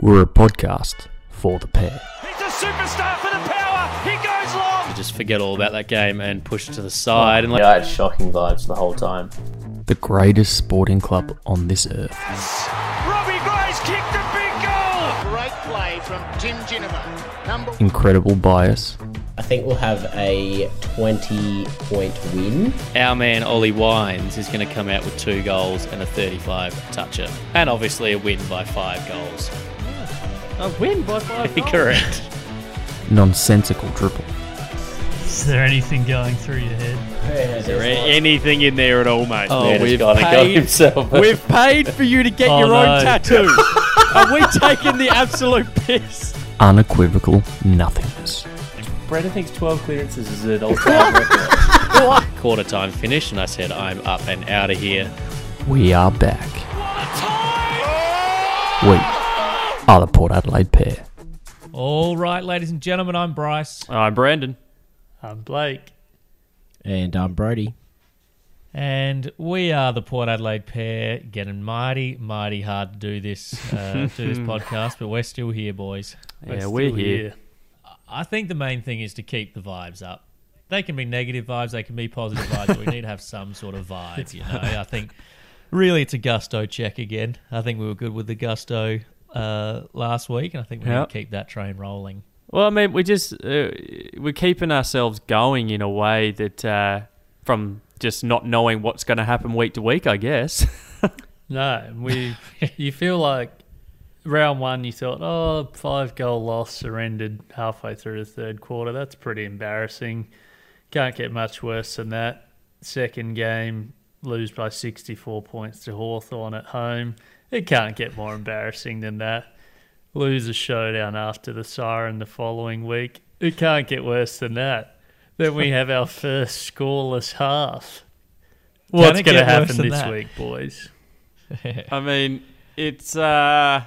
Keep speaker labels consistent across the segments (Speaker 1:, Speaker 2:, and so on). Speaker 1: We're a podcast for the pair.
Speaker 2: He's a superstar for the power. He goes long.
Speaker 3: just forget all about that game and push it to the side and like
Speaker 4: Yeah, I had shocking vibes the whole time.
Speaker 1: The greatest sporting club on this earth.
Speaker 2: Robbie Gray's kicked a big goal.
Speaker 5: Great play from Tim Ginnivan. Number
Speaker 1: Incredible bias.
Speaker 6: I think we'll have a 20 point win.
Speaker 3: our man Ollie Wines is going to come out with two goals and a 35 toucher and obviously a win by five goals.
Speaker 7: A win by five goals.
Speaker 3: Correct.
Speaker 1: Nonsensical triple.
Speaker 7: Is there anything going through your head?
Speaker 6: Is
Speaker 3: there any-
Speaker 8: anything in there at all, mate.
Speaker 3: Oh,
Speaker 4: Man, it's
Speaker 3: we've
Speaker 4: gone and got
Speaker 3: paid,
Speaker 4: himself.
Speaker 3: we've paid for you to get
Speaker 7: Oh,
Speaker 3: your
Speaker 7: no.
Speaker 3: own tattoo. Are we taking the absolute piss?
Speaker 1: Unequivocal nothingness.
Speaker 4: Brendan thinks 12 clearances is an all-time record.
Speaker 3: Quarter time finish, and I said, I'm up and out of here.
Speaker 1: We are back. We are the Port Adelaide pair.
Speaker 7: All right, ladies and gentlemen, I'm Bryce.
Speaker 3: I'm Brandon.
Speaker 7: I'm Blake.
Speaker 6: And I'm Brody.
Speaker 7: And we are the Port Adelaide pair, getting mighty, mighty hard to do this, uh, do this podcast, but we're still here, boys.
Speaker 3: yeah, we're here.
Speaker 7: I think the main thing is to keep the vibes up. They can be negative vibes, they can be positive vibes, but we need to have some sort of vibe, you know. I think really it's a gusto check again. I think we were good with the gusto uh, last week, and I think we
Speaker 8: Yeah.
Speaker 7: need to keep that train rolling.
Speaker 8: Well, I mean, we just uh, we're keeping ourselves going in a way that uh, from just not knowing what's going to happen week to week, I guess.
Speaker 9: No, we. you feel like round one, you thought, oh, five goal loss, surrendered halfway through the third quarter. That's pretty embarrassing. Can't get much worse than that. Second game, lose by 64 points to Hawthorn at home. It can't get more embarrassing than that. Lose a showdown after the siren the following week. It can't get worse than that. Then we have our first scoreless half. What's
Speaker 7: it
Speaker 9: going to
Speaker 7: get worse
Speaker 9: happen
Speaker 7: than
Speaker 9: this
Speaker 7: that?
Speaker 9: week, boys?
Speaker 8: I mean, it's uh,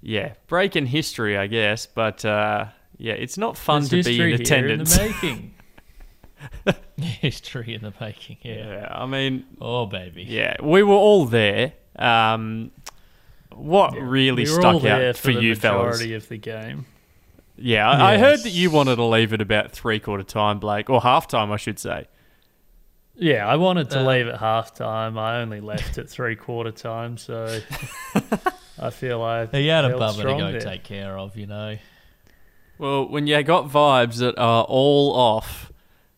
Speaker 8: yeah, breaking history, I guess, but uh, yeah, it's not fun
Speaker 9: There's
Speaker 8: to be
Speaker 9: history
Speaker 8: in
Speaker 9: here
Speaker 8: attendance.
Speaker 9: the making.
Speaker 7: History in the making, yeah.
Speaker 8: yeah, I mean,
Speaker 7: Oh, baby.
Speaker 8: yeah, we were all there. Um, what really
Speaker 9: We were all
Speaker 8: stuck
Speaker 9: there
Speaker 8: out for,
Speaker 9: the
Speaker 8: you fellas?
Speaker 9: majority of the game.
Speaker 8: Yeah, I, I heard that you
Speaker 9: Yes.
Speaker 8: wanted to leave at about three quarter time, Blake, or half time, I should say.
Speaker 9: Yeah, I wanted to
Speaker 7: Uh,
Speaker 9: leave at half time. I only left at three quarter time, so I feel I
Speaker 7: He had a
Speaker 9: held
Speaker 7: bummer to
Speaker 9: strong
Speaker 7: go
Speaker 9: there.
Speaker 7: take care of, you know.
Speaker 8: Well, when you got vibes that are all off,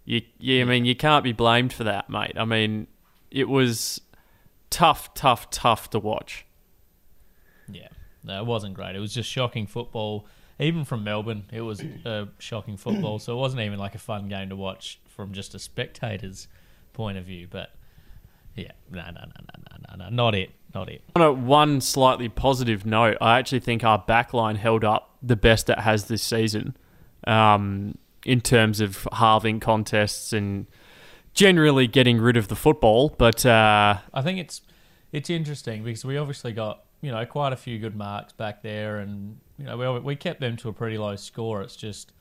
Speaker 8: you, you I mean you can't be blamed for that, mate. I mean, it was tough, tough, tough to watch.
Speaker 7: Yeah, no, it wasn't great. It was just shocking football. Even from Melbourne, it was uh, shocking football. So it wasn't even like a fun game to watch from just a spectator's point of view. But yeah, no, no, no, no, no, no, no, not it, not it.
Speaker 8: On a one slightly positive note, I actually think our backline held up the best it has this season, um, in terms of halving contests and generally getting rid of the football. But uh,
Speaker 7: I think it's it's interesting because we obviously got you know quite a few good marks back there, and you know we we kept them to a pretty low score. It's just,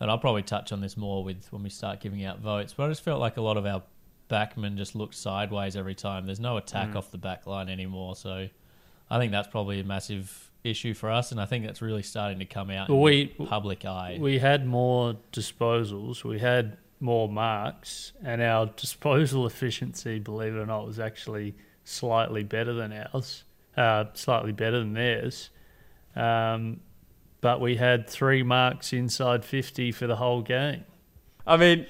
Speaker 7: and I'll probably touch on this more with when we start giving out votes. But I just felt like a lot of our backmen just looked sideways every time. There's no attack
Speaker 6: Mm.
Speaker 7: off the back line anymore, so I think that's probably a massive issue for us, and I think that's really starting to come out in
Speaker 9: We-
Speaker 7: the public eye.
Speaker 9: We had more disposals, we had more marks, and our disposal efficiency, believe it or not, was actually slightly better than ours, uh, slightly better than theirs. Um, but we had three marks inside 50 for the whole game.
Speaker 8: I mean,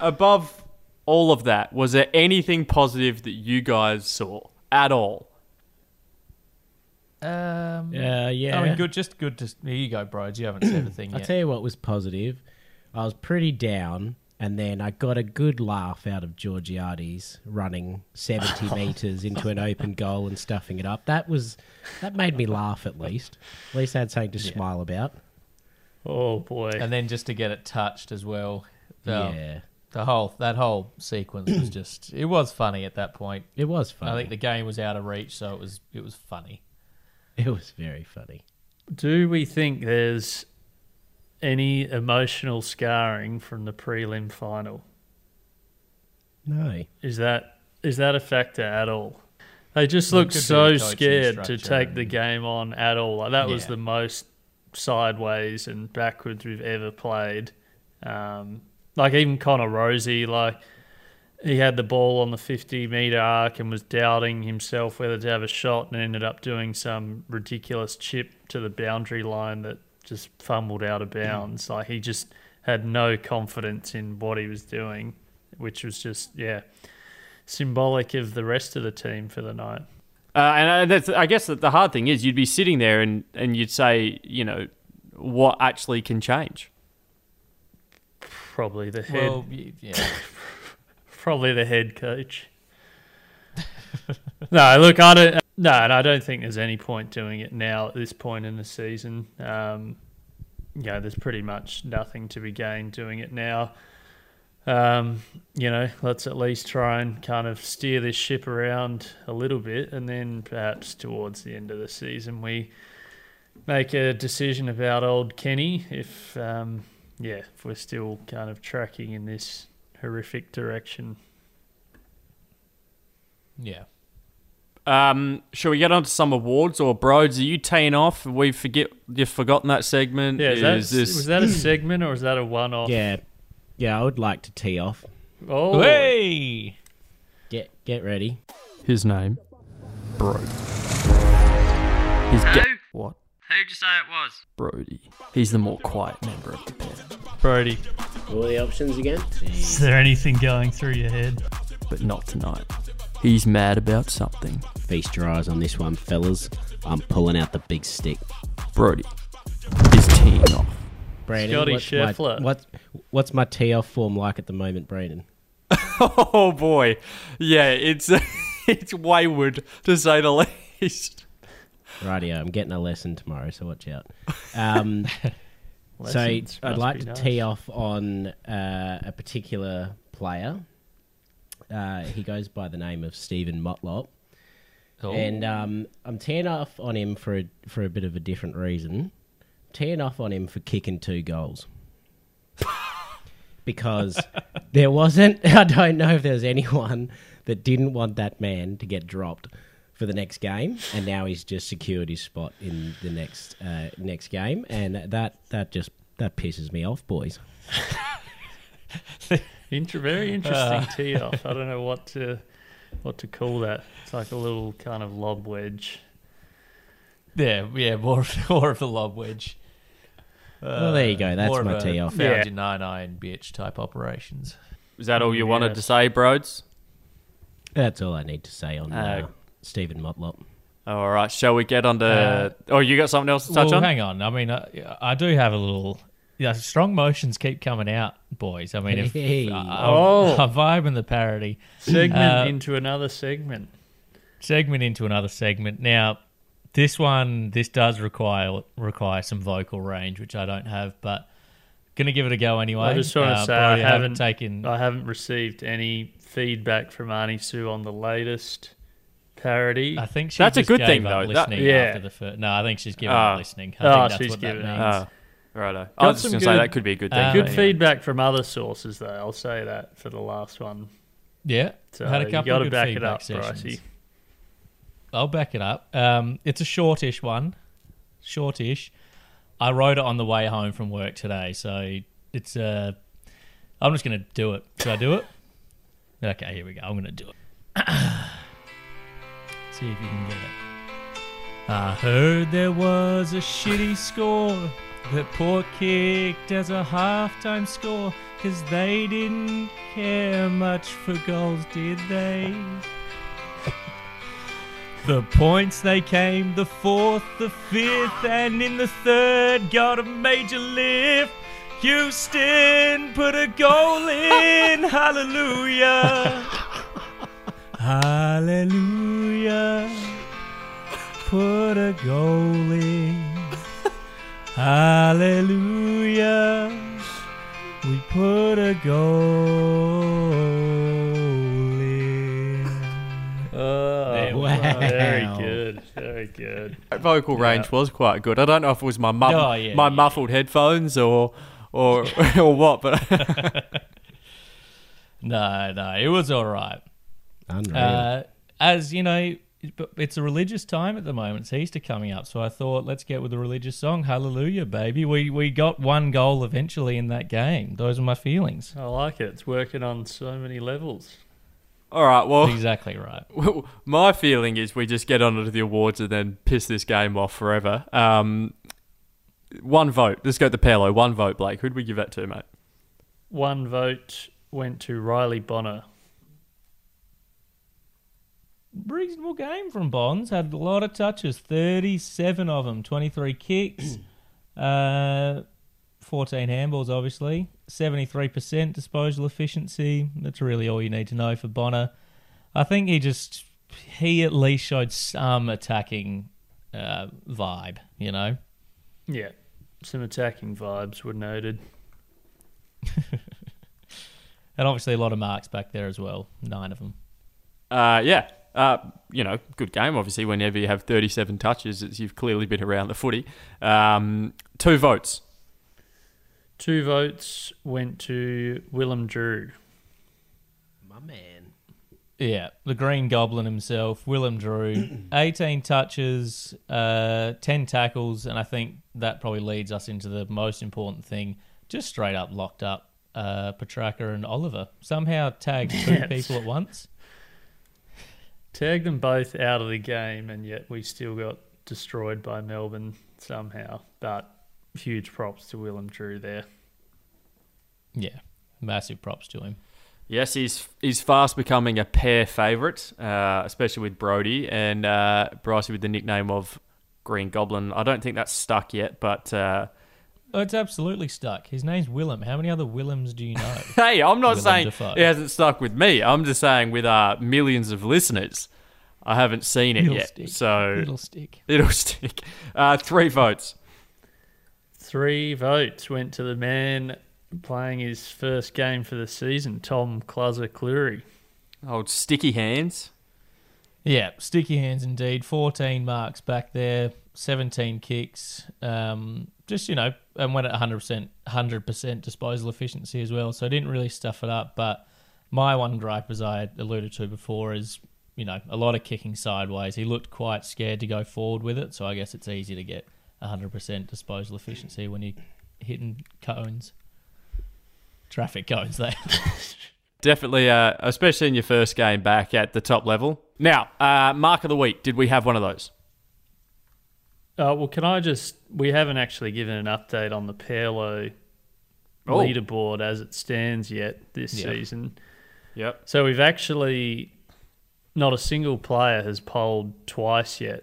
Speaker 8: above all of that, was there anything positive that you guys saw at all?
Speaker 7: um,
Speaker 6: Uh, yeah.
Speaker 7: I mean, good, just good. To, here you go, bro. You haven't said a thing
Speaker 6: I'll
Speaker 7: yet.
Speaker 6: tell you what was positive. I was pretty down, and then I got a good laugh out of Georgiades running 70 metres into an open goal and stuffing it up. That was that made me laugh at least. At least I had something to smile about.
Speaker 9: Oh, boy.
Speaker 7: and then just to get it touched as well. Um,
Speaker 6: Yeah.
Speaker 7: The whole that whole sequence was just it was funny at that point.
Speaker 6: It was funny.
Speaker 7: I think the game was out of reach, so it was it was funny.
Speaker 6: It was very funny.
Speaker 9: Do we think there's any emotional scarring from the prelim final?
Speaker 6: No.
Speaker 9: Is that is that a factor at all? They just
Speaker 7: Well,
Speaker 9: looked
Speaker 7: could be
Speaker 9: so
Speaker 7: the coaching
Speaker 9: scared to
Speaker 7: structure
Speaker 9: take
Speaker 7: and-
Speaker 9: the game on at all. Like that was
Speaker 7: Yeah.
Speaker 9: the most sideways and backwards we've ever played. Um, like even Connor Rosie, like he had the ball on the 50 meter arc and was doubting himself whether to have a shot and ended up doing some ridiculous chip to the boundary line that just fumbled out
Speaker 7: Mm.
Speaker 9: of bounds. Like he just had no confidence in what he was doing, which was just yeah symbolic of the rest of the team for the night.
Speaker 8: Uh, and I, that's, I guess that the hard thing is you'd be sitting there and, and you'd say, you know, what actually can change?
Speaker 9: Probably the head,
Speaker 7: Well, y- yeah.
Speaker 9: probably the head coach. no, look, I don't. No, and I don't think there's any point doing it now at this point in the season. Um, you know, there's pretty much nothing to be gained doing it now. Um, you know, let's at least try and kind of steer this ship around a little bit, and then perhaps towards the end of the season we make a decision about old Kenny if um, yeah, if we're still kind of tracking in this horrific direction.
Speaker 7: Yeah.
Speaker 8: Um, shall we get on to some awards or Broads? Are you teeing off? We forget you've forgotten that segment.
Speaker 9: Yeah,
Speaker 8: Is
Speaker 9: is that, was
Speaker 7: Hmm.
Speaker 9: that a segment or was that a one off?
Speaker 6: Yeah, yeah. I would like to tee off.
Speaker 9: Oh,
Speaker 7: Hey!
Speaker 6: Get get ready.
Speaker 8: his name? Brody. He's ga- what?
Speaker 10: Who'd you say it was?
Speaker 8: Brody. He's the more quiet member of the pair.
Speaker 9: Brody.
Speaker 6: All the options again.
Speaker 9: Is there anything going through your head?
Speaker 8: but not tonight. He's mad about something.
Speaker 6: Feast your eyes on this one, fellas. I'm pulling out the big stick.
Speaker 8: Brody is teeing off.
Speaker 6: Brandon,
Speaker 9: Scotty
Speaker 6: what's my-
Speaker 9: Scheffler.
Speaker 6: what's what's my tee off form like at the moment, Brandon?
Speaker 8: Oh boy, yeah, it's it's wayward to say the least.
Speaker 6: Radio, I'm getting a lesson tomorrow, so watch out. Um, so
Speaker 9: Lessons
Speaker 6: I'd
Speaker 9: must
Speaker 6: like
Speaker 9: be
Speaker 6: to
Speaker 9: nice.
Speaker 6: tee off on uh, a particular player. Uh, he goes by the name of Stephen Motlop,
Speaker 9: Oh.
Speaker 6: and um, I'm teeing off on him for a, for a bit of a different reason. Teeing off on him for kicking two goals. Because there wasn't, I don't know if there was anyone that didn't want that man to get dropped for the next game, and now he's just secured his spot in the next uh, next game, and that that just that pisses me off, boys.
Speaker 9: Inter- very interesting
Speaker 7: Uh.
Speaker 9: tee off. I don't know what to what to call that. It's like a little kind of lob wedge.
Speaker 7: Yeah, yeah, more of, more of the lob wedge.
Speaker 6: well, there you go. That's
Speaker 7: Uh, more of
Speaker 6: my
Speaker 7: a
Speaker 6: tee off.
Speaker 7: Found
Speaker 9: Yeah.
Speaker 7: your nine iron bitch type operations.
Speaker 8: Is that all you
Speaker 9: Yeah.
Speaker 8: wanted to say, Broads?
Speaker 6: That's all I need to say on uh,
Speaker 8: Uh,
Speaker 6: Stephen Motlop.
Speaker 8: All right, shall we get on to? oh, you got something else to touch
Speaker 7: well,
Speaker 8: on?
Speaker 7: hang on. I mean, I, I do have a little. Yeah, strong motions keep coming out, boys. I mean, if uh,
Speaker 6: Hey.
Speaker 7: I- I'm,
Speaker 9: Oh.
Speaker 7: I'm vibing the parody
Speaker 9: Segment
Speaker 7: Uh,
Speaker 9: into another segment.
Speaker 7: segment into another segment. Now, this one, this does require require some vocal range, which I don't have, but gonna give it a go anyway.
Speaker 9: I just want to
Speaker 7: Uh,
Speaker 9: say I
Speaker 7: Brody,
Speaker 9: haven't, uh,
Speaker 7: taken.
Speaker 9: I haven't received any feedback from Arnie Sue on the latest parody.
Speaker 7: I think she
Speaker 8: That's a
Speaker 7: just
Speaker 8: good
Speaker 7: gave
Speaker 8: thing,
Speaker 7: up
Speaker 8: though. That-
Speaker 7: Listening
Speaker 9: yeah.
Speaker 7: after the fir- no, I think she's giving
Speaker 8: Ah.
Speaker 7: up listening. I
Speaker 9: Ah,
Speaker 7: think that's
Speaker 9: she's
Speaker 7: what that
Speaker 9: giving
Speaker 7: means.
Speaker 9: up. Ah.
Speaker 8: Oh, righto. I was just
Speaker 9: some
Speaker 8: gonna say
Speaker 9: good-
Speaker 8: that could be a good thing.
Speaker 7: uh,
Speaker 9: Good
Speaker 8: but anyway.
Speaker 9: feedback from other sources, though. I'll say that for the last one.
Speaker 7: Yeah,
Speaker 9: So
Speaker 7: had a
Speaker 9: you
Speaker 7: couple
Speaker 9: got
Speaker 7: of
Speaker 9: to
Speaker 7: good
Speaker 9: back it
Speaker 7: feedback
Speaker 9: up,
Speaker 7: sessions.
Speaker 9: Brycey.
Speaker 7: I'll back it up. Um, it's a shortish one, shortish. I wrote it on the way home from work today, so it's. Uh, I'm just gonna do it. Should I do it? Okay, here we go. I'm gonna do it. See if you can get it. I heard there was a shitty score that Port kicked as a halftime score, 'cause they didn't care much for goals, did they? The points they came the fourth, the fifth, and in the third got a major lift. Houston put a goal in. Hallelujah. Hallelujah. Put a goal in. Hallelujah. We put a goal in.
Speaker 9: Oh,
Speaker 7: There we
Speaker 6: go.
Speaker 9: very
Speaker 6: Wow.
Speaker 9: good, very good.
Speaker 8: That vocal range was quite good. I don't know if it was my mum,
Speaker 7: Oh, yeah,
Speaker 8: my
Speaker 7: yeah.
Speaker 8: muffled headphones or or or what, but
Speaker 7: No, no, it was all right.
Speaker 6: Unreal.
Speaker 7: Uh, as you know, but it's a religious time at the moment. It's Easter coming up, so I thought let's get with a religious song. Hallelujah, baby. We we got one goal eventually in that game. Those are my feelings.
Speaker 9: I like it. It's working on so many levels.
Speaker 8: All right, well,
Speaker 7: Exactly right.
Speaker 8: my feeling is we just get on to the awards and then piss this game off forever. Um, one vote. Let's go to Paolo. One vote, Blake. Who'd we give that to, mate?
Speaker 9: One vote went to Riley Bonner.
Speaker 7: reasonable game from Bonds. Had a lot of touches, 37 of them, 23 kicks, uh, 14 handballs, obviously, 73% disposal efficiency. That's really all you need to know for Bonner. I think he just, he at least showed some attacking uh, vibe, you know?
Speaker 9: Yeah, some attacking vibes were noted.
Speaker 7: And obviously a lot of marks back there as well, nine of them.
Speaker 8: Uh, yeah. Uh, you know, good game. Obviously, whenever you have 37 touches, it's, you've clearly been around the footy. Um, two votes.
Speaker 9: Two votes went to Willem Drew.
Speaker 6: My man.
Speaker 7: Yeah, the Green Goblin himself, Willem Drew, 18 touches, uh, 10 tackles, and I think that probably leads us into the most important thing. Just straight up locked up uh, Petraka and Oliver. Somehow tagged two
Speaker 9: Yes.
Speaker 7: people at once.
Speaker 9: Tagged them both out of the game, and yet we still got destroyed by Melbourne somehow. But huge props to Willem Drew there.
Speaker 7: Yeah, massive props to him.
Speaker 8: Yes, he's he's fast becoming a pair favourite, uh, especially with Brody and uh, Bryce with the nickname of Green Goblin. I don't think that's stuck yet, but uh,
Speaker 7: Oh, it's absolutely stuck. His name's Willem. How many other Willems do you know?
Speaker 8: hey, I'm not
Speaker 7: Willem
Speaker 8: saying
Speaker 7: Dafoe.
Speaker 8: it hasn't stuck with me. I'm just saying with our millions of listeners, I haven't seen it
Speaker 7: It'll
Speaker 8: yet,
Speaker 7: stick.
Speaker 8: so
Speaker 7: It'll stick.
Speaker 8: it'll stick. Uh, three votes.
Speaker 9: Three votes went to the man playing his first game for the season, Tom Cluzzer Cleary.
Speaker 8: Old sticky hands.
Speaker 7: Yeah, sticky hands indeed. 14 marks back there, 17 kicks. Um, just, you know, and went at 100%, 100% disposal efficiency as well. So I didn't really stuff it up. But my one gripe, as I alluded to before, is, you know, a lot of kicking sideways. He looked quite scared to go forward with it. So I guess it's easy to get 100% disposal efficiency when you're hitting cones. Traffic cones, there.
Speaker 8: Definitely, uh, especially in your first game back at the top level. Now, uh, mark of the week. Did we have one of those?
Speaker 9: Uh, well, can I just? We haven't actually given an update on the Paolo
Speaker 8: Oh.
Speaker 9: leaderboard as it stands yet this season.
Speaker 8: Yep.
Speaker 9: So we've actually not a single player has polled twice yet.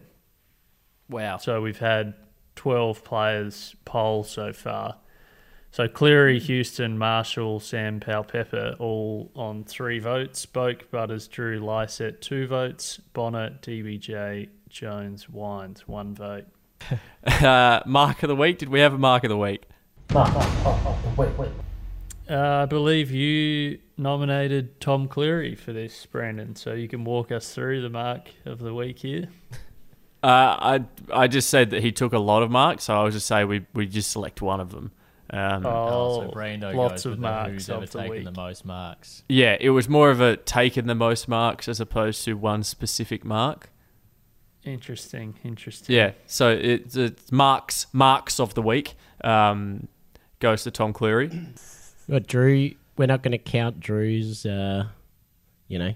Speaker 8: Wow.
Speaker 9: So we've had 12 players poll so far. So Cleary, Houston, Marshall, Sam Powell-Pepper all on three votes. Boak, Butters, Drew, Lysett, two votes. Bonner, DBJ, Jones, Wines, one vote.
Speaker 8: Uh, mark of the week. Did we have a mark of the week?
Speaker 9: Uh, I believe you nominated Tom Cleary for this, Brandon. So you can walk us through the mark of the week here.
Speaker 8: Uh, I I just said that he took a lot of marks, so I was just say we we just select one of them. Um,
Speaker 9: Oh,
Speaker 7: so Brando
Speaker 9: lots
Speaker 7: goes
Speaker 9: of
Speaker 7: with the
Speaker 9: marks
Speaker 7: who's ever
Speaker 9: of the
Speaker 7: taken
Speaker 9: week.
Speaker 7: the most marks.
Speaker 8: Yeah, it was more of a taking the most marks as opposed to one specific mark.
Speaker 9: Interesting, interesting.
Speaker 8: Yeah, so it, it's marks marks of the week um, goes to Tom Cleary.
Speaker 6: Well, Drew, we're not going to count Drew's, uh, you know,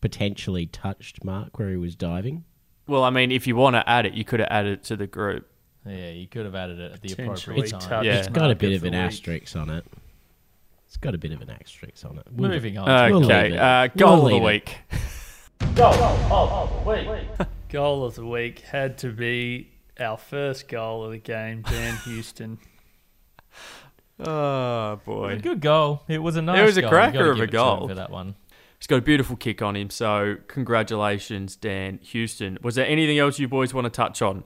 Speaker 6: potentially touched mark where he was diving.
Speaker 8: Well, I mean, if you want to add it, you could have added it to the group.
Speaker 7: Yeah, you could have added it at the
Speaker 9: Potentially
Speaker 7: appropriate time.
Speaker 9: touched
Speaker 8: Yeah.
Speaker 6: It's got a
Speaker 9: mark
Speaker 6: bit
Speaker 9: of
Speaker 6: of
Speaker 9: the
Speaker 6: an
Speaker 9: week.
Speaker 6: asterisk on it. It's got a bit of an asterisk on it. We'll-
Speaker 7: Moving on.
Speaker 8: Okay,
Speaker 6: We'll leave it.
Speaker 8: uh,
Speaker 6: We'll
Speaker 8: goal of
Speaker 6: leave
Speaker 8: the
Speaker 6: it.
Speaker 8: week.
Speaker 9: Goal of the week had to be our first goal of the game, Dan Houston.
Speaker 8: Oh boy,
Speaker 7: Good goal. It was a nice.
Speaker 8: was a
Speaker 7: goal. You gotta
Speaker 8: cracker of
Speaker 7: give
Speaker 8: a
Speaker 7: it to him
Speaker 8: goal.
Speaker 7: for that one.
Speaker 8: He's got a beautiful kick on him, so congratulations, Dan Houston. Was there anything else you boys want to touch on?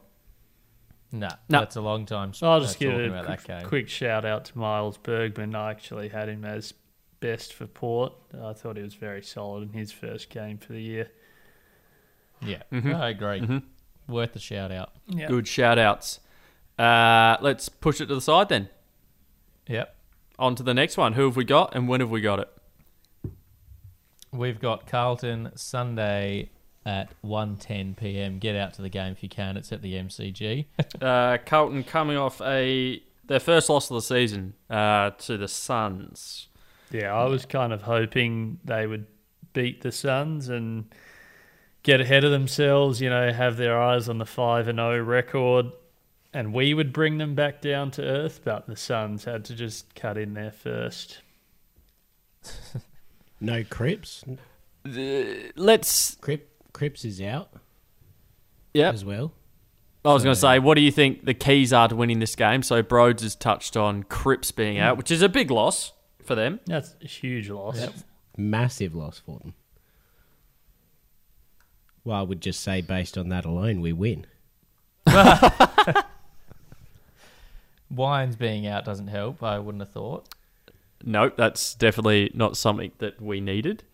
Speaker 7: Nah,
Speaker 8: No.
Speaker 7: that's a long time.
Speaker 9: So I'll just
Speaker 7: uh,
Speaker 9: give
Speaker 7: talking
Speaker 9: a
Speaker 7: about
Speaker 9: quick,
Speaker 7: that game.
Speaker 9: quick shout out to Miles Bergman. I actually had him as best for Port. I thought he was very solid in his first game for the year.
Speaker 7: Yeah,
Speaker 8: Mm-hmm.
Speaker 7: I agree. Worth the shout out.
Speaker 9: Yeah.
Speaker 8: Good shout outs. Uh, let's push it to the side then.
Speaker 7: Yep.
Speaker 8: On to the next one. Who have we got and when have we got it?
Speaker 7: We've got Carlton Sunday at 1.10 p.m. Get out to the game if you can. It's at the MCG.
Speaker 8: Uh, Carlton coming off a their first loss of the season uh, to the Suns.
Speaker 9: Yeah, I was kind of hoping they would beat the Suns and get ahead of themselves, you know, have their eyes on the 5 and 0 record and we would bring them back down to earth, but the Suns had to just cut in there first.
Speaker 6: No Crips.
Speaker 8: Let's.
Speaker 6: Crip Crips is out
Speaker 8: Yep.
Speaker 6: as well.
Speaker 8: I was going to say, what do you think the keys are to winning this game? So Broads has touched on Cripps being out, which is a big loss for them.
Speaker 9: That's a huge loss.
Speaker 6: Massive loss for them. Well, I would just say based on that alone, we win.
Speaker 7: Wines being out doesn't help, I wouldn't have thought.
Speaker 8: Nope, that's definitely not something that we needed.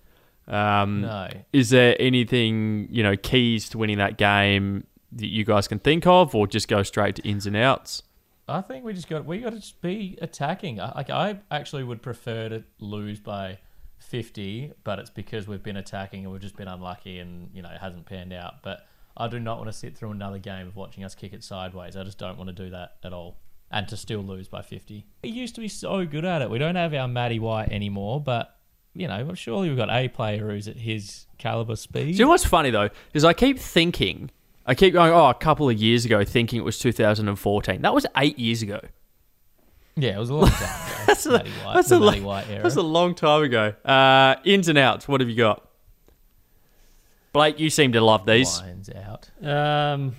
Speaker 8: Um,
Speaker 7: No.
Speaker 8: Is there anything you know keys to winning that game that you guys can think of, or just go straight to ins and outs?
Speaker 7: I think we just got we got to just be attacking. I, like I actually would prefer to lose by fifty, but it's because we've been attacking and we've just been unlucky, and you know it hasn't panned out. But I do not want to sit through another game of watching us kick it sideways. I just don't want to do that at all, and to still lose by fifty. We used to be so good at it. We don't have our Matty White anymore, but you know surely we've got a player who's at his caliber speed.
Speaker 8: Do you know what's funny though? Is I keep thinking, I keep going, oh, a couple of years ago, thinking it was 2014. That was eight years ago.
Speaker 7: yeah, it was a long time ago. that's
Speaker 8: a-
Speaker 7: Matty White.
Speaker 8: that's
Speaker 7: the
Speaker 8: a lo-
Speaker 7: Matty White era.
Speaker 8: That's a long time ago. Uh, ins and outs. What have you got? Blake, you seem to love these.
Speaker 7: Wines out.
Speaker 9: Um,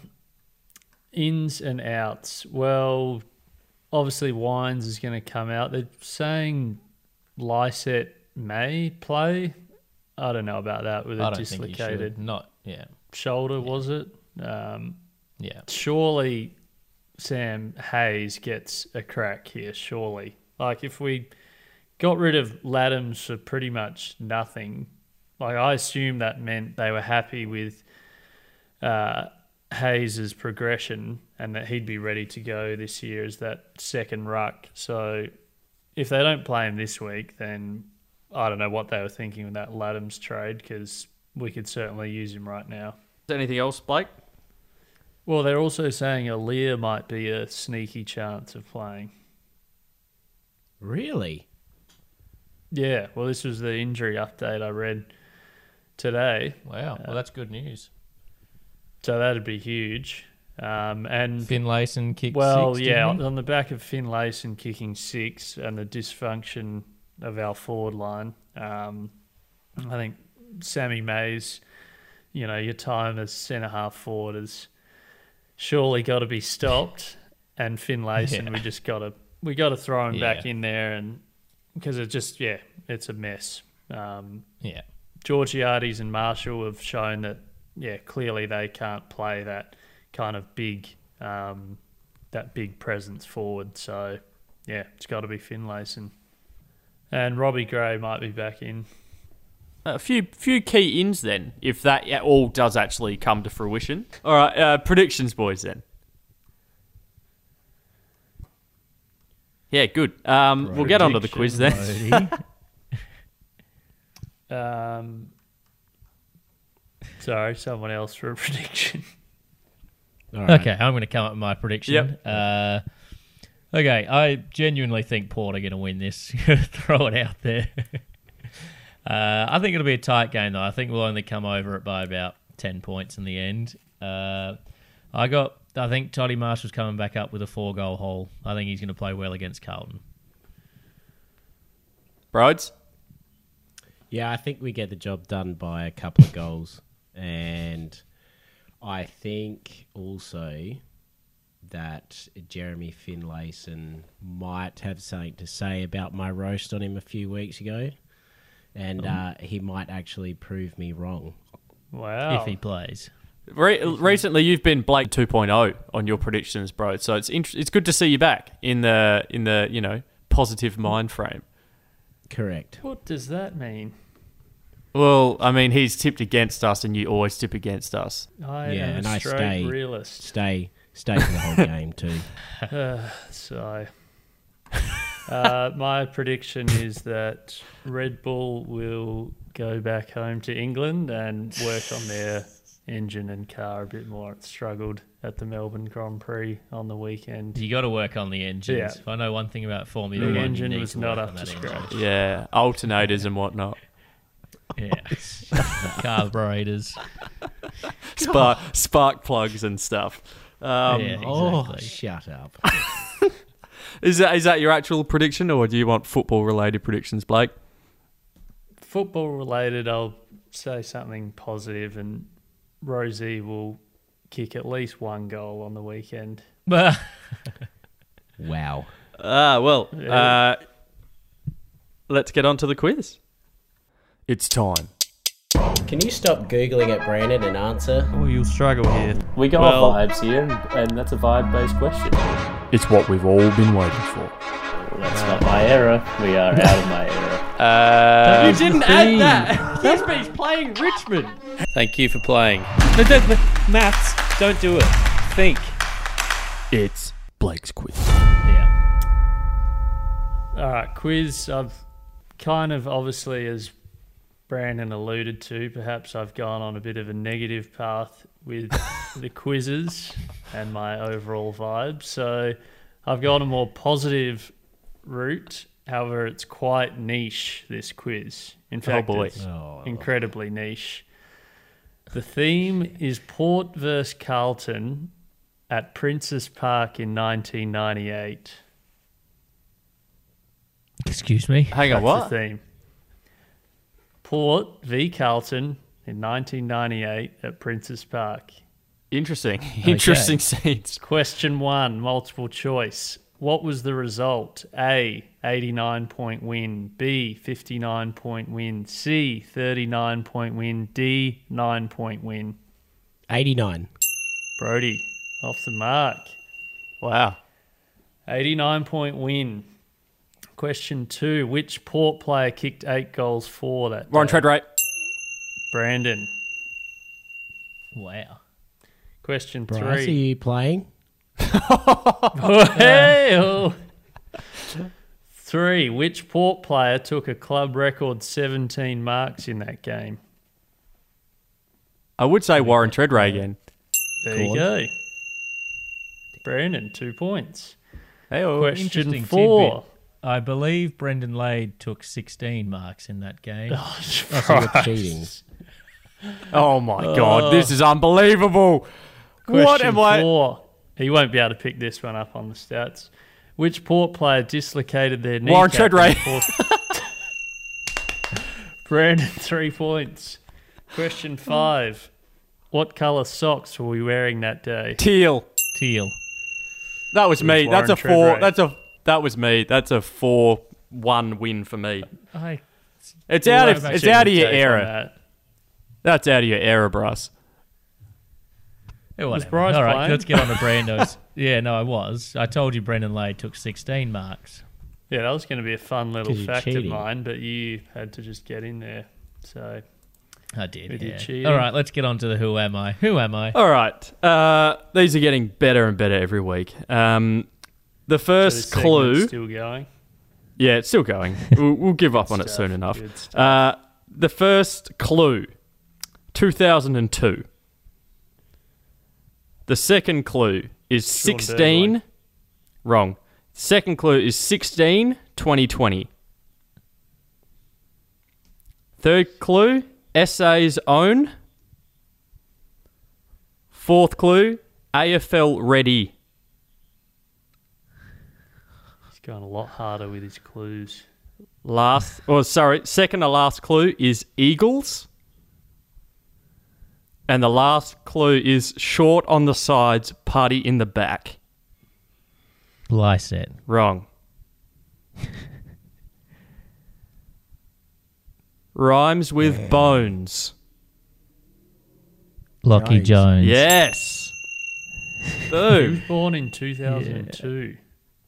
Speaker 9: ins and outs. Well, obviously Wines is going to come out. They're saying Lyset may play. I don't know about that with
Speaker 7: I
Speaker 9: a
Speaker 7: don't think he should.
Speaker 9: dislocated
Speaker 7: Not yeah.
Speaker 9: shoulder, was it? Um,
Speaker 7: Yeah.
Speaker 9: surely Sam Hayes gets a crack here. Surely, like if we got rid of Laddams for pretty much nothing, like I assume that meant they were happy with uh, Hayes's progression and that he'd be ready to go this year as that second ruck. So if they don't play him this week, then I don't know what they were thinking with that Laddams trade because we could certainly use him right now.
Speaker 8: Anything else, Blake?
Speaker 9: Well, they're also saying Aaliyah might be a sneaky chance of playing.
Speaker 6: Really?
Speaker 9: Yeah, well, this was the injury update I read today, Uh,
Speaker 7: Wow. Well, that's good news.
Speaker 9: so that'd be huge. Um, and
Speaker 7: Finlayson kicked
Speaker 9: well,
Speaker 7: six,
Speaker 9: yeah,
Speaker 7: didn't he?
Speaker 9: on the back of Finlayson kicking six and the dysfunction of our forward line, um, I think Sammy Mays, you know, your time as centre half forward has surely got to be stopped. and Finlayson, we just got to we got to throw him back
Speaker 7: Yeah.
Speaker 9: in there, and because it just yeah, it's a mess. Um,
Speaker 7: Yeah.
Speaker 9: Georgiades and Marshall have shown that, yeah, clearly they can't play that kind of big, um, that big presence forward. So, yeah, it's got to be Finlayson. And Robbie Gray might be back in.
Speaker 8: Uh, A few few key ins then, if that at all does actually come to fruition. All right, uh, predictions, boys. Then. Yeah, good. Um, we'll get onto the quiz then.
Speaker 9: Um, sorry, someone else for a prediction.
Speaker 6: All right.
Speaker 7: Okay, I'm going to come up with my prediction.
Speaker 8: Yep.
Speaker 7: Uh, okay, I genuinely think Port are going to win this. Throw it out there. uh, I think it'll be a tight game, though. I think we'll only come over it by about 10 points in the end. Uh, I got. I think Toddy Marshall's coming back up with a four goal haul. I think he's going to play well against Carlton.
Speaker 8: Broads?
Speaker 6: Yeah, I think we get the job done by a couple of goals. And I think also that Jeremy Finlayson might have something to say about my roast on him a few weeks ago. And uh, he might actually prove me wrong.
Speaker 9: Wow.
Speaker 7: If he plays.
Speaker 8: Re- uh, recently, you've been Blake 2.0 on your predictions, bro. So it's int- it's good to see you back in the in the you know positive mind frame.
Speaker 6: Correct.
Speaker 9: what does that mean?
Speaker 8: Well, I mean, he's tipped against us, and you always tip against us.
Speaker 9: I
Speaker 6: Yeah,
Speaker 9: am
Speaker 6: and
Speaker 9: a
Speaker 6: I
Speaker 9: straight
Speaker 6: stay-
Speaker 9: realist.
Speaker 6: Stay stay for the whole game too.
Speaker 9: So, uh, my prediction is that Red Bull will go back home to England and work on their engine and car a bit more. It struggled at the Melbourne Grand Prix on the weekend.
Speaker 3: You got to work on the engines.
Speaker 9: Yeah.
Speaker 3: I know one thing about Formula
Speaker 9: The
Speaker 3: One. you
Speaker 9: engine
Speaker 3: need
Speaker 9: was
Speaker 3: to
Speaker 9: not
Speaker 3: work
Speaker 9: up
Speaker 3: on
Speaker 9: to
Speaker 3: that
Speaker 9: scratch.
Speaker 8: Yeah, alternators and whatnot.
Speaker 3: engine. Yeah. Carburetors.
Speaker 8: Spark spark plugs and stuff. Um,
Speaker 3: yeah,
Speaker 6: Oh,
Speaker 3: exactly.
Speaker 6: shut up.
Speaker 8: Is that is that your actual prediction, or do you want football related predictions, Blake?
Speaker 9: Football related, I'll say something positive, and Rosie will kick at least one goal on the weekend.
Speaker 3: But
Speaker 6: Wow.
Speaker 8: Ah, well, uh, let's get on to the quiz. It's time.
Speaker 6: Can you stop Googling at Brandon and answer?
Speaker 9: Oh, you'll struggle here.
Speaker 4: We go
Speaker 8: Well-
Speaker 4: off vibes here, and, and that's a vibe-based question.
Speaker 1: It's what we've all been waiting for.
Speaker 4: That's not my era. We are out of my era.
Speaker 8: you didn't add that. He's been playing Richmond.
Speaker 3: thank you for playing. No, don't- Maths, don't do it. Think.
Speaker 1: It's Blake's quiz.
Speaker 3: Yeah.
Speaker 9: All right, Uh, quiz. I've kind of obviously, as Brandon alluded to, perhaps I've gone on a bit of a negative path with the quizzes and my overall vibe. So I've gone a more positive route. However, it's quite niche, this quiz. In fact,
Speaker 8: boy.
Speaker 9: it's incredibly niche. The theme is Port versus Carlton at Princess Park in 1998.
Speaker 3: Excuse me.
Speaker 8: Hang on,
Speaker 9: That's
Speaker 8: what?
Speaker 9: the theme. Port v Carlton in 1998 at Princess Park.
Speaker 8: Interesting. Interesting scenes.
Speaker 9: Question one, multiple choice. What was the result? A, 89 point win. B, 59 point win. C, 39 point win. D, 9 point win.
Speaker 6: 89.
Speaker 9: Brody, off the mark.
Speaker 8: Wow.
Speaker 9: 89 point win. Question two, which Port player kicked eight goals for that?
Speaker 8: We're on
Speaker 9: day?
Speaker 8: trade rate.
Speaker 9: Brandon.
Speaker 3: Wow.
Speaker 9: Question
Speaker 6: Bryce, are
Speaker 9: three.
Speaker 6: you playing?
Speaker 9: Well. Three. Which Port player took a club record 17 marks in that game?
Speaker 8: I would say Warren Treadray again.
Speaker 9: There you go. Brandon, two points.
Speaker 8: Hey, oh.
Speaker 9: Question
Speaker 7: interesting
Speaker 9: four.
Speaker 7: I believe Brendan Lade took 16 marks in that game.
Speaker 6: You're cheating.
Speaker 8: Oh my god, this is unbelievable. what
Speaker 9: Question
Speaker 8: am I?
Speaker 9: Four. He won't be able to pick this one up on the stats. Which Port player dislocated their knee?
Speaker 8: Warren Treadray.
Speaker 9: Brandon, three points. Question five. What colour socks were we wearing that day?
Speaker 8: Teal.
Speaker 3: Teal.
Speaker 8: That was me.
Speaker 9: Warren
Speaker 8: That's a
Speaker 9: Treadray.
Speaker 8: four. That's a that was me. That's a four-one win for me.
Speaker 9: I
Speaker 8: It's out of it's out of your era. That's out of your era, Bruce.
Speaker 3: Yeah, whatever.
Speaker 9: Bryce
Speaker 7: All right,
Speaker 9: playing?
Speaker 7: let's get on to Brando's. yeah, no, I was. I told you Brendan Lade took 16 marks.
Speaker 9: Yeah, that was going to be a fun little
Speaker 6: 'Cause you're
Speaker 9: fact of
Speaker 6: cheating.
Speaker 9: mine, but you had to just get in there. So
Speaker 7: I did.
Speaker 9: With your
Speaker 7: yeah.
Speaker 9: cheating.
Speaker 7: All right, let's get on to the who am I? Who am I?
Speaker 8: All right. Uh, these are getting better and better every week. Um, the
Speaker 9: this
Speaker 8: first
Speaker 9: segment's
Speaker 8: clue.
Speaker 9: still going.
Speaker 8: Yeah, it's still going. We'll, we'll give up on it soon enough.
Speaker 9: Good stuff.
Speaker 8: Uh, the first clue, 2002. The second clue is
Speaker 9: Sean
Speaker 8: 16.
Speaker 9: Deadline.
Speaker 8: Wrong. Second clue is 16, 2020. Third clue, SA's own. Fourth clue, AFL ready.
Speaker 9: He's going a lot harder with his clues.
Speaker 8: Last, or sorry, second to last clue is Eagles. And the last clue is short on the sides, party in the back.
Speaker 3: Lyset.
Speaker 8: Wrong. Rhymes with bones.
Speaker 3: Lockie
Speaker 6: Right.
Speaker 3: Jones.
Speaker 8: Yes.
Speaker 9: He was
Speaker 8: Boom.
Speaker 9: born in 2002.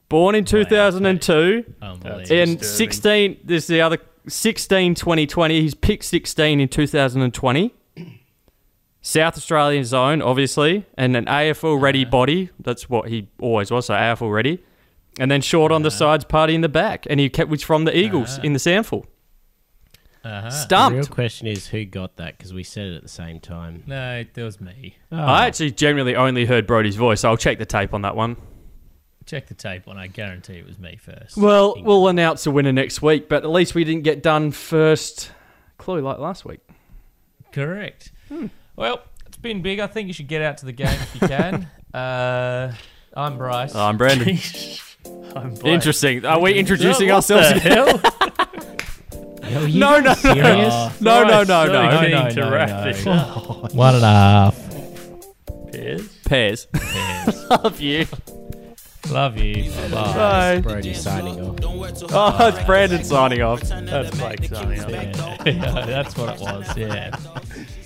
Speaker 8: Born in 2002.
Speaker 3: Unbelievable.
Speaker 8: In
Speaker 9: disturbing.
Speaker 8: 16, there's the other 16 2020. He's picked 16 in 2020. South Australian zone, obviously, and an AFL ready body. That's what he always was, so AFL ready. And then short on the sides, party in the back. And he kept was from the Eagles in the sample.
Speaker 6: The real
Speaker 8: Stumped.
Speaker 6: question is who got that because we said it at the same time.
Speaker 7: No, there was me.
Speaker 8: I actually generally only heard Brody's voice. I'll check the tape on that one.
Speaker 7: Check the tape and I guarantee it was me first.
Speaker 8: Well, we'll announce a winner next week, but at least we didn't get done first clue like last week.
Speaker 7: Correct. Well, it's been big. I think you should get out to the game if you can. uh, I'm Bryce.
Speaker 8: Uh, I'm Brandon.
Speaker 9: I'm black.
Speaker 8: Interesting. Are we introducing
Speaker 9: What
Speaker 8: ourselves?
Speaker 9: the
Speaker 8: again?
Speaker 9: hell?
Speaker 6: Are you
Speaker 8: No,
Speaker 6: guys
Speaker 8: no, no.
Speaker 6: serious?
Speaker 8: No, no,
Speaker 9: Right,
Speaker 8: no,
Speaker 9: so
Speaker 8: no.
Speaker 9: keen
Speaker 7: no,
Speaker 9: to
Speaker 7: no,
Speaker 9: wrap
Speaker 7: no.
Speaker 9: this up.
Speaker 6: One and a half.
Speaker 9: Piers.
Speaker 8: Pairs. Love you.
Speaker 7: Love you. Bye.
Speaker 8: Bye.
Speaker 6: Brody signing off.
Speaker 8: Oh, it's Brandon signing off.
Speaker 9: That's like signing up.
Speaker 7: Yeah, that's what it was. Yeah.